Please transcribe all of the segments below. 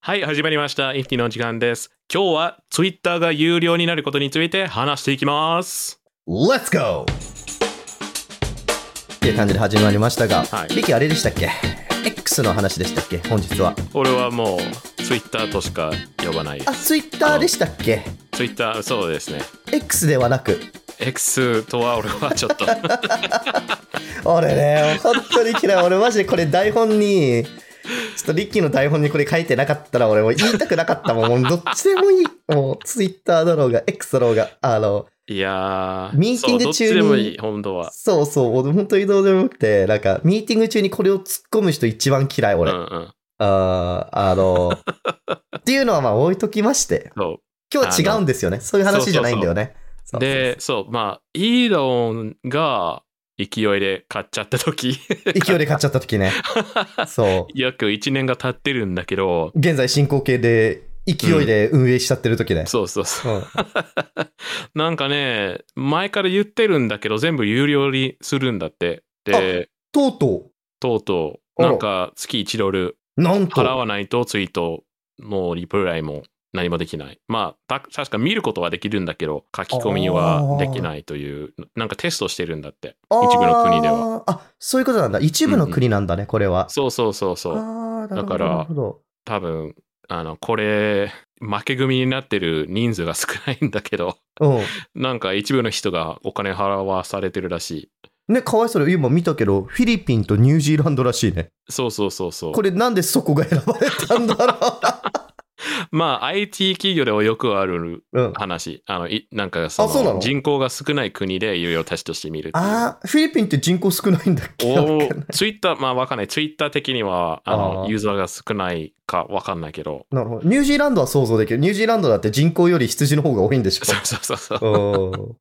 はい、始まりました。インフティの時間です。今日はツイッターが有料になることについて話していきます。 Let's go! っていう感じで始まりましたが、はいリキあれでしたっけ ?X の話でしたっけ本日は。俺はもうツイッターとしか呼ばない。あ、Twitter でしたっけツイッター、そうですね。 ?X ではなく。 X とは俺はちょっ と。俺ね、本当に嫌い。俺マジでこれ台本に、ちょっとリッキーの台本にこれ書いてなかったら俺もう言いたくなかったもん。もうどっちでもいい。もう Twitter だろうが、X だろうが、あの、いやー、ミーティンそうグ中にどっちでもいい、本当は。そうそう、俺本当にどうでもよくて、なんかミーティング中にこれを突っ込む人一番嫌い、うん俺。うん。あーあの、っていうのはまあ置いときまして、そ今日は違うんですよね。そういう話じゃないんだよね。う。で、そう、まあ、イーロンが勢いで買っちゃった時 そうそう、勢いで買っちゃった時ね。そ約1年が経ってるんだけど、う。現在進行形で、勢いで運営しちゃってる時ね。そうそうそう。うんなんかね、前から言ってるんだけど、全部有料にするんだって。で、とうととうとう、あらなんか月1ドルう、なん払わと、ないとツイート、もうリプライも何もできない。まあ、た確か見ることはできるんだけど、書き込みはできないという、なんかテストしてるんだって。一部の国では。あー。あ、そういうことなんだ。一部の国なんだね、これは。そうそうそうそう。ああ、なだかるほど。らなるほど。多分、あの、これ、負け組になってる人数が少ないんだけど、 うなんか一部の人がお金払わされてるらしい。ん。ね、かわいそうだ今見たけど、フィリピンとニュージーランドらしいね。そうそうそうそう。これなんでそこが選ばれたんだろまあ IT 企業ではよくある う。うん。話あのいなんかそのあそうなの人口が少ない国で有料テストしてみるっていうああ、フィリピンって人口少ないんだっけわかんないツイッターまあわかんないツイッター的にはあのあーユーザーが少ないかわかんないけどなるほど。ニュージーランドは想像できる。ニュージーランドだって人口より羊の方が多いんでしょそう そうそうそううん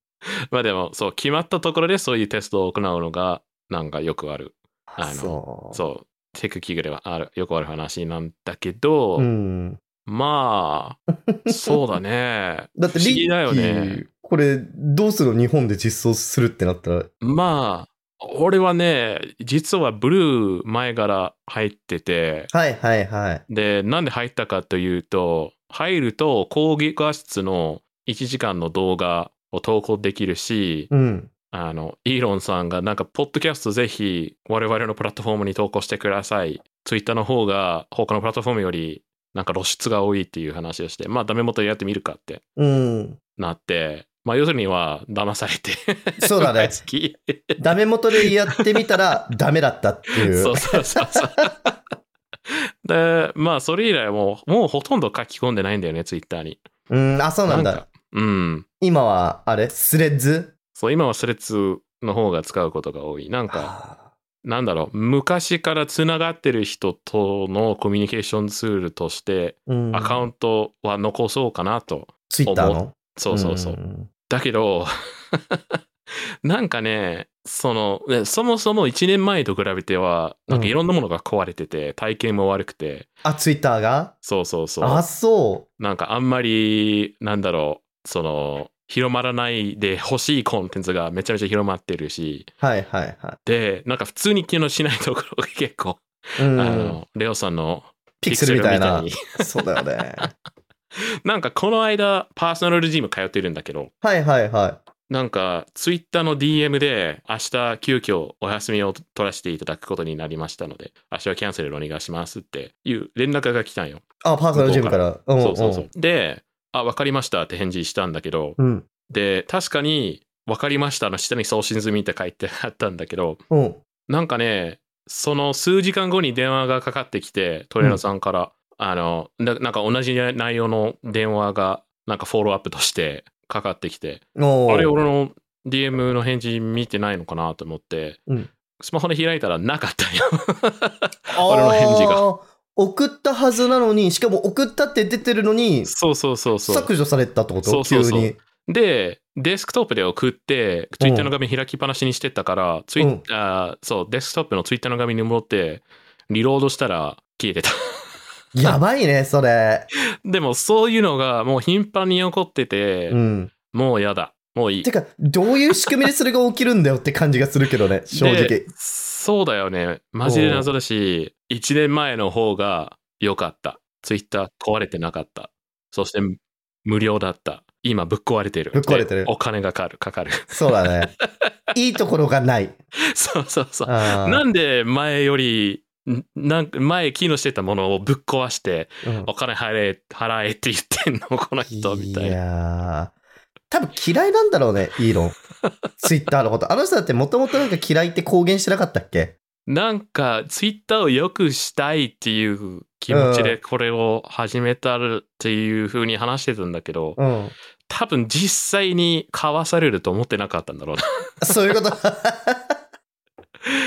まあでもそう決まったところでそういうテストを行うのがなんかよくある あのそう。そうテク企業ではあるよくある話なんだけど、ん。まあそうだ ねだって不思リ議だよッキねー、これ、どうするの日本で実装するってなったら。まあ、俺はね、実はブルー前から入ってて、はいはいはい。で、なんで入ったかというと、入ると講義画質の1時間の動画を投稿できるし、うん。あの、イーロンさんがなんか、ポッドキャストぜひ我々のプラットフォームに投稿してください。ツイッターの方が他のプラットフォームよりなんか露出が多いっていう話をして、まあダメ元でやってみるかってうん。なって、まあ要するには騙されて、そう だ大。ね好き。ダメ元でやってみたらダメだったっていう。そうそうそうそう。で、まあ、それ以来もう、もうほとんど書き込んでないんだよね、ツイッターに。うん、あ、そうなんだ。かうん。今は、あれスレッズそう、今はスレッズの方が使うことが多い。なんか、あなんだろう、昔からつながってる人とのコミュニケーションツールとして、ーうんアカウントは残そうかなと。ツイッターのそうそうそう。んだけど、 なんかね、その、ねそもそも1年前と比べては、なんかいろんなものが壊れてて、体験も悪くて、あ、ツイッターがそうそうそう。あ、そう。なんかあんまり、なんだろう、その、広まらないで欲しいコンテンツがめちゃめちゃ広まってるし、はいはいはで、なんか普通に機能しないところが結構、い。うんあの、レオさんのピクセルみたいなピ。クセルみそうだよ ね。たいに なんかこの間、パーソナルジム通ってるんだけど、はいはいはなんか、ツイッターの DM で、明日、急遽お休みを取らせていただくことになりましたので、明日はキャンセルお願いしますっていう連絡が来たんよ。い。あ、パーソナルジムから。んそうそうそう。で、あ、わかりましたって返事したんだけど、うん。で、確かに、わかりましたの下に送信済みって書いてあったんだけど、うん。なんかね、その数時間後に電話がかかってきて、トレーナーさんから、あのな、なんか同じ内容の電話が、なんかフォローアップとしてかかってきて、おーあれ、俺の DM の返事見てないのかなと思って、うんスマホで開いたらなかった よ。俺俺の返事が。送ったはずなのに、しかも送ったって出てるのに、そうそうそうそう。削除されたってこそとうそ急うそうに。で、デスクトップで送って、ツイッターの画面開きっぱなしにしてたから、ツイうんあーそう、デスクトップのツイッターの画面に戻って、リロードしたら消えてた。 やばいね、それ。でも、そういうのがもう頻繁に起こってて、うん。もうやだ。もういい。てか、どういう仕組みでそれが起きるんだよって感じがするけどね、正直で。そうだよね。マジで謎だし、1年前の方が良かった。ツイッター壊れてなかった。そして無料だった。今ぶっ壊れてる。ぶっ壊れてるでお金がかかる。かかる。 そうだね。いいところがない。そうそうそう。あーなんで前より、んなんか前機能してたものをぶっ壊して、うんお金払え、払えって言ってんの、この人、みたいな。やー多分嫌いなんだろうね、イー ロン。ツイッターのこと。あの人だってもともとなんか嫌いって公言してなかったっけなんか、ツイッターを良くしたいっていう気持ちでこれを始めたっていう風に話してたんだけど、うん。多分実際に買わされると思ってなかったんだろう な。そういうこと。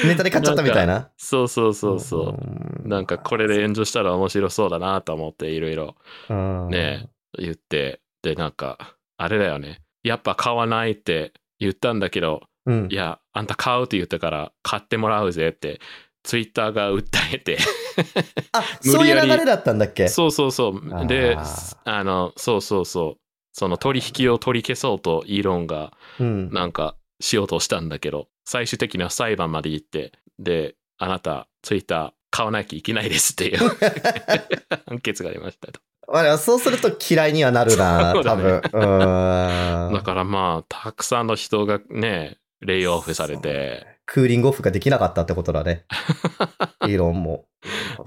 ネタで買っちゃったみたいな。そうそうそうそう。うなんかこれで炎上したら面白そうだなと思っていろいろうんね言って、でなんか、あれだよね。やっぱ買わないって言ったんだけど、うんい。や、あんた買うって言ったから買ってもらうぜって、ツイッターが訴えて、あ、無理そういうやり流れだったんだっけそうそうそう。で、ああーの、そうそうそう。その取引を取り消そうとイーロンがうん。なんかしようとしたんだけど、最終的には裁判まで行って、で、あなた、ツイッター買わなきゃいけないですって いう判決がありましたと。まあそうすると嫌いにはなるな、 そうだ多ね分。うんだからまあ、たくさんの人がね、レイオフされて、クーリングオフができなかったってこと だね。イーロンも。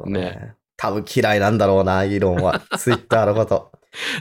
ね多分嫌いなんだろうな、イーロンは。ツイッターのこと。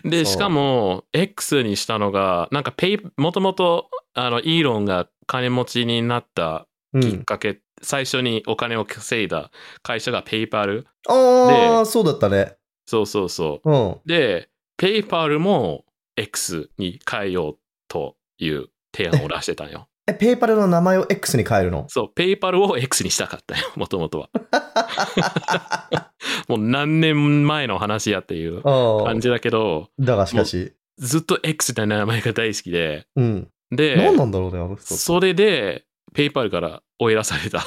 で、そうしかも、X にしたのが、なんかペイ、もともと、あの、イーロンが金持ちになったうきっん。かけ、最初にお金を稼いだ会社がペイパル。あであ、そうだったね。そうそうそう。うん。で、ペイパルも X に変えようという提案を出してたん よ。え、ペイパルの名前を X に変えるのそう、ペイパルを X にしたかったよ、 もともとは。 もう何年前の話やっていうああ感。じだけど、だがしかし。ずっと X って名前が大好きで、うん。で何、なんだろうね、あの人。それで、ペイパルから追い出され た。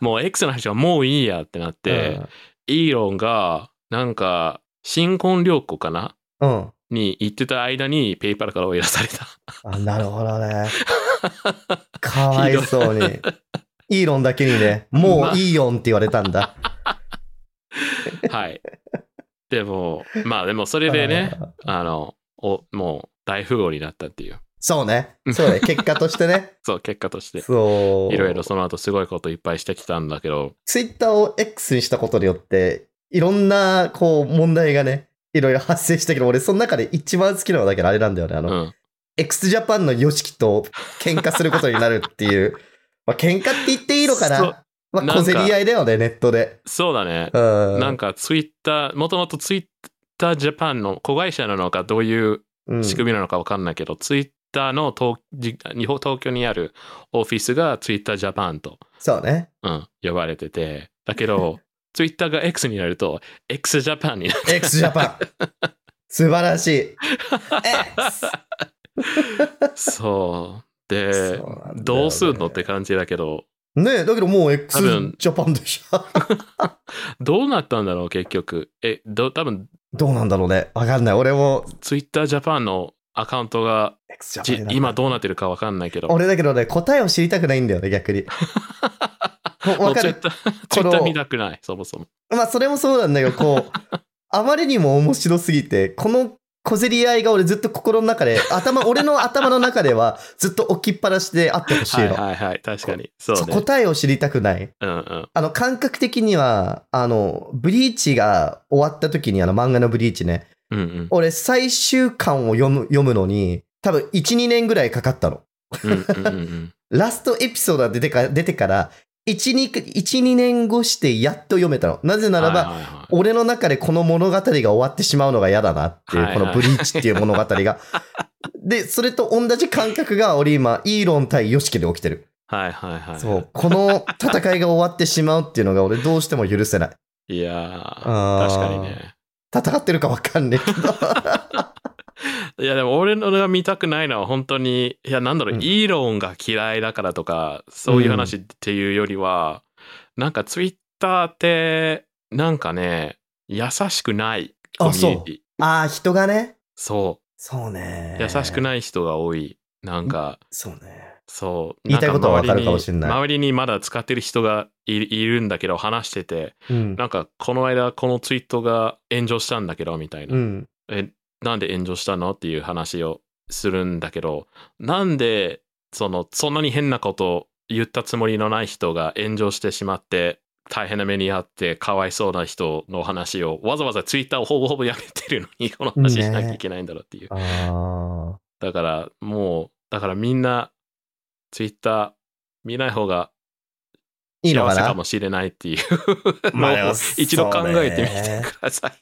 もう X の話はもういいやってなって、イーロンが、なんか、新婚旅行かなうん、うん。に行ってた間に、ペイパルから追い出された。あ、なるほ どね。かわいそうに。イーロンだけ にね、もういいよんって言われたんだ。 はい。でも、まあでもそれでね、あー。あの、おもう大富豪になったっていう。そうね。そうね。結果としてね。 そう、結果として。そう。いろいろその後すごいこといっぱいしてきたんだけど、ツイッターを X にしたことによって、いろんな、こう、問題がね、いろいろ発生したけど、俺、その中で一番好きなのだけど、あれなんだよね。あうの、ん。 x ジャパンの YOSHIKI と喧嘩することになるっ ていう。まあ、喧嘩って言っていいのかそうなまなあ、んか小競り合いだよね、ネットで。そうだね。うん。なんかツイッター、もともとツイッタージャパンの子会社なのかどういううん、仕組みなのかわかんないけど、ツイッターの東じ日本東京にあるオフィスがツイッタージャパンと、そうね。うん、呼ばれてて、だけ ど、ツイッターが X になると、X ジャパンになる。 x ジャパン 素晴らしい。X! そう。で、そうなんだよねどうすんのって感じだけど、ねえ、だけどもう x 多分ジャパンでしょ。どうなったんだろう、結局。え、ど多分どうなんだろうね。わかんない。俺も Twitter Japan のアカウントが x ジャパンじにな今ったどうなってるかわかんないけど、俺だけどね、答えを知りたくないんだよね、逆に。 もうもわうかる。 Twitter, Twitter 見たくない、そもそも。まあ、それもそうなんだけど、こ う、あまりにも面白すぎて、この小競り合いが俺ずっと心の中で、頭、俺の頭の中ではずっと置きっぱなしであってほしいはいの。はいはい、確かに。そそううね。答えを知りたくない。うんうん。あの、感覚的には、あの、ブリーチが終わった時に、あの、漫画のブリーチね、うんうん。俺最終巻を読む、読むのに、多分1、2年ぐらいかかったの。うんうんうんうん。ラストエピソードが出てか出てから、1、2、1 2年越してやっと読めたの。な ぜならば、はいはいはい俺の中でこの物語が終わってしまうのが嫌だなっていう、はいはいこのブリーチっていう物語 が。で、それと同じ感覚が俺今、イーロン対ヨシキで起きてる。はいはいはい。そう。この戦いが終わってしまうっていうのが俺どうしても許せない。いやー、あー 確かにね。戦ってるかわかんねえけど。いやでも俺のが見たくないのは本当に、いやなんだろう、うんイーロンが嫌いだからとか、そういう話っていうよりは、なんかツイッターって、なんかね、優しくないコミ ュニティ。 ああ、人がね。そうそうね。優しくい。ない人が多い。なんか、そうね。そう。言いたいことはわかるかもしれんない周りにまだ使ってる人がいいるんだけど、話してて、うん。なんか、この間、このツイートが炎上したんだけど、みたいな。うん。え、なんで炎上したのっていう話をするんだけど、なんで、その、そんなに変なことを言ったつもりのない人が炎上してしまって、大変な目に遭って、かわいそうな人の話を、わざわざツイッターをほぼほぼやめてるのに、この話しなきゃいけないんだろうっていう。ああ。だから、もう、だからみんな、ツイッター見ない方がいいの幸かせかなもしれないっていうまあで のをも一度考えてみそうてねください。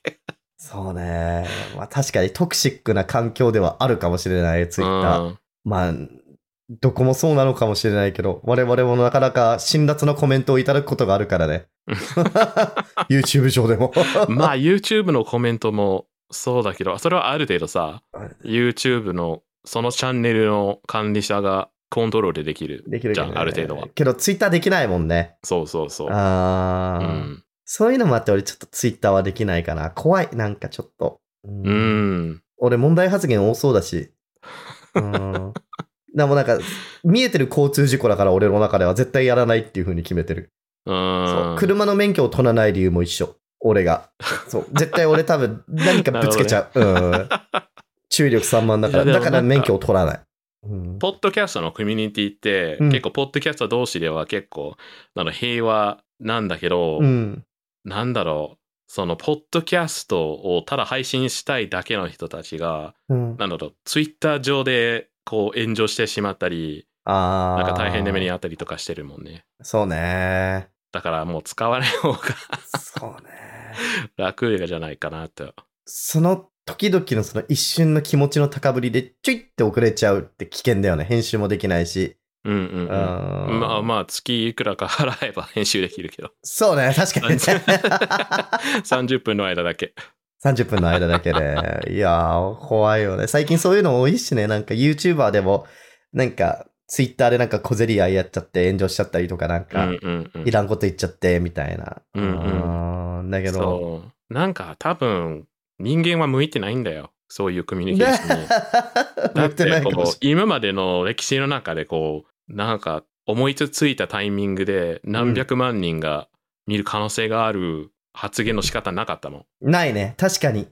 そうね。まあ確かにトクシックな環境ではあるかもしれない、ツイッター。うんまあ、どこもそうなのかもしれないけど、我々もなかなか辛辣なコメントをいただくことがあるから ね。YouTube 上でも。まあ YouTube のコメントもそうだけど、それはある程度さ、YouTube のそのチャンネルの管理者がコントロールできる。できるけどねじゃあある程度はけど、ツイッターできないもんね。そうそうそう。あうー、ん。そういうのもあって、俺ちょっとツイッターはできないかな。怖い、なんかちょっと。うんうん。俺、問題発言多そうだ し。うん。でもなんか、見えてる交通事故だから、俺の中では絶対やらないっていう風に決めてる。うんそう。車の免許を取らない理由も一緒。俺が。そう。絶対俺 多分何かぶつけちゃう。うん。注意力散漫だから。いやでもなだんかから免許を取らない。うん。ポッドキャストのコミュニティって、うん結構、ポッドキャスト同士では結構、あの平和なんだけど、うん。なんだろう、その、ポッドキャストをただ配信したいだけの人たちが、うん、なんだろう、ツイッター上で、こう、炎上してしまったり、ああ。なんか大変な目に遭ったりとかしてるもんね。そうね。だからもう使わない方がそうね。楽じゃないかなと。その時々のその一瞬の気持ちの高ぶりでちょいって遅れちゃうって危険だよね。編集もできないし。うんうん、うん。うんまあまあ、月いくらか払えば編集できるけど、 そうね。確かにね。 30分の間だけ。 30分の間だけで。いやー、怖いよね。最近そういうの多いしね。なんか YouTuber でも、なんか Twitter でなんか小競り合いやっちゃって炎上しちゃったりとか、なうんんか、うんうんい。らんこと言っちゃって、みたいな。うんううーんだけど。そう。なんか多分、人間は向いてないんだよ。そういうコミュニケー ションに。だ言っっててないかもこうし、今までの歴史の中でこう、なんか思いついたタイミングで何百万人が見る可能性がある発言の仕方なかったもん。ないね。確か に。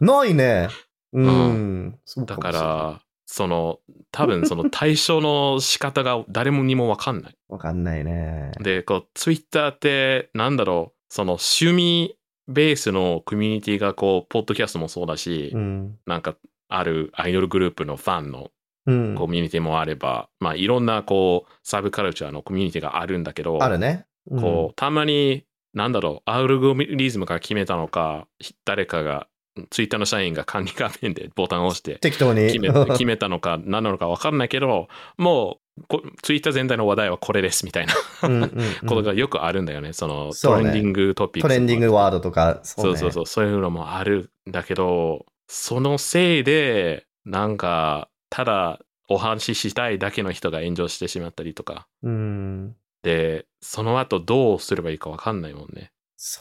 ないね。うん。うそうだもしかれないら、その、多分 その対象の仕方が誰もにもわかんない。わかんないね。で、こう、ツイッターって、なんだろう、その趣味ベースのコミュニティがこう、ポッドキャストもそうだし、うん。なんか、あるアイドルグループのファンのうん。コミュニティもあれば、まあ、いろんなこう、サブカルチャーのコミュニティがあるんだけど、あるね。うんこう、たまに、なんだろう、アルゴリズムが決めたのか、ひ誰かが、ツイッターの社員が管理画面でボタンを押して、適当に。決 め決めたのか何なのか分かんないけどもうこツイッター全体の話題はこれですみたいなうんうんうんことがよくあるんだよね、そのそうトねレンディングトピックとかトレンディングワードとか、そう,、そうそううそういうのもあるんだけどそのせいでなんかただお話ししたいだけの人が炎上してしまったりとかね。うん。でその後どうすればいいか分かんないもんね、そ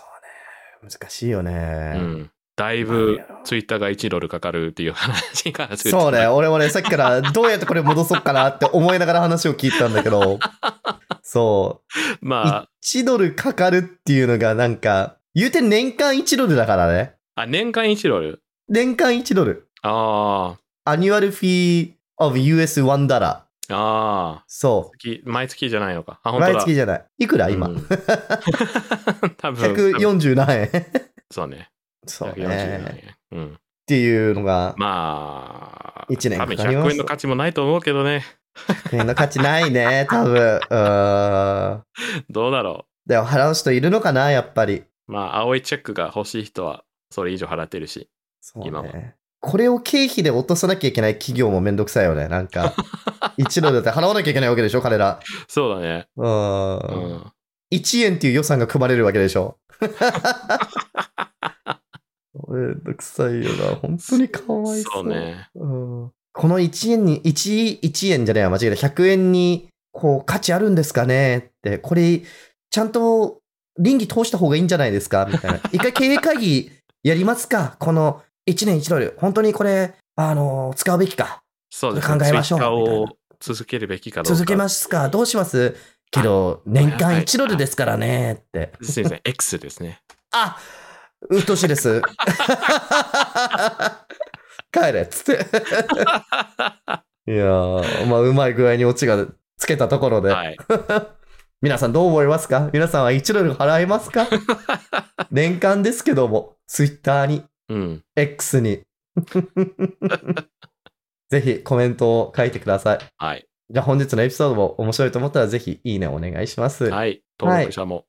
うね。難しいようね。ん、だいなんぶやろツイッターが1ドルかかるっていう話からするとそうね。俺もね、さっき からどうやってこれ戻そうかなって思いながら話を聞いたんだけど、そう。まあ1ドルかかるっていうのがなんか、言うて年間1ドルだからね。あ年間1ドル年間1ドル。ああアニュアルフィー of US1 ダラ。ああそ月毎月じゃないのか。あ、う。本当だ。毎月じゃない。いくら今、うん 多分。 ?140 何円そうね。そう140だね。ね。うん。っていうのが、まあ、一年多分かかります100円の価値もないと思うけどね。 100円の価値ないね、多分。うーん。どうだろでも払う人いるのかな、やっぱり。う。まあ、青いチェックが欲しい人は、それ以上払ってるし。そう今はね。これを経費で落とさなきゃいけない企業もめんどくさいよね。なん か、1ドルだって払わなきゃいけないわけでしょ、彼ら。そうだね。うー。うんん。 1円っていう予算が組まれるわけで しょ。 めんどくさいよな。本当にかわいそう。そうね。うんこの1円に、1、1円じゃないわ、間違えた。100円に、こう、価値あるんですかねって、これ、ちゃんと、倫理通した方がいいんじゃないですかみたいな。一回経営会議やりますかこの1年1ドル。本当にこれ、あの、使うべきか。そうです考えましょツイッうターみたいをな続けるべきかどうか。続けますかどうしますけど、年はい間はい1ドルですからねって。す。すいません、X です ね。あうっとうし いです。帰れっつって。いやー、まあ、うまい具合にオチがつけたところで、はい。皆さんどう思いますか皆さんは1ドル払いま すか年間ですけども、Twitter に、うん。 X に。ぜひコメントを書いてください。はい。じゃあ本日のエピソードも面白いと思ったらぜひいいねお願いします。はい。登録者も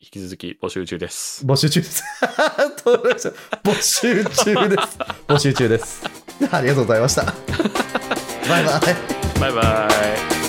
引き続き募集中です。募集中です。 登録者募集中です。募集中です。ありがとうございました。バイバイ。バイバイ。